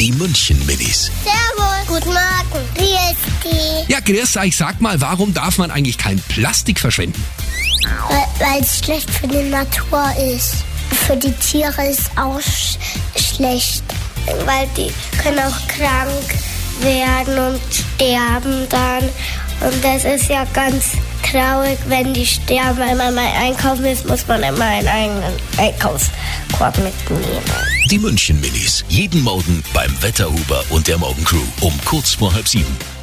Die München Minis. Servus. Guten Morgen. Wie ist die? Ja, Grissa, ich sag mal, warum darf man eigentlich kein Plastik verschwenden? Weil es schlecht für die Natur ist. Für die Tiere ist auch sch schlecht. Weil die können auch krank werden und sterben dann. Und das ist ja ganz traurig, wenn die sterben. Wenn man mal einkaufen ist, muss man immer einen eigenen Einkaufskorb mitnehmen. Die München Minis. Jeden Morgen beim Wetterhuber und der Morgencrew um kurz vor halb sieben.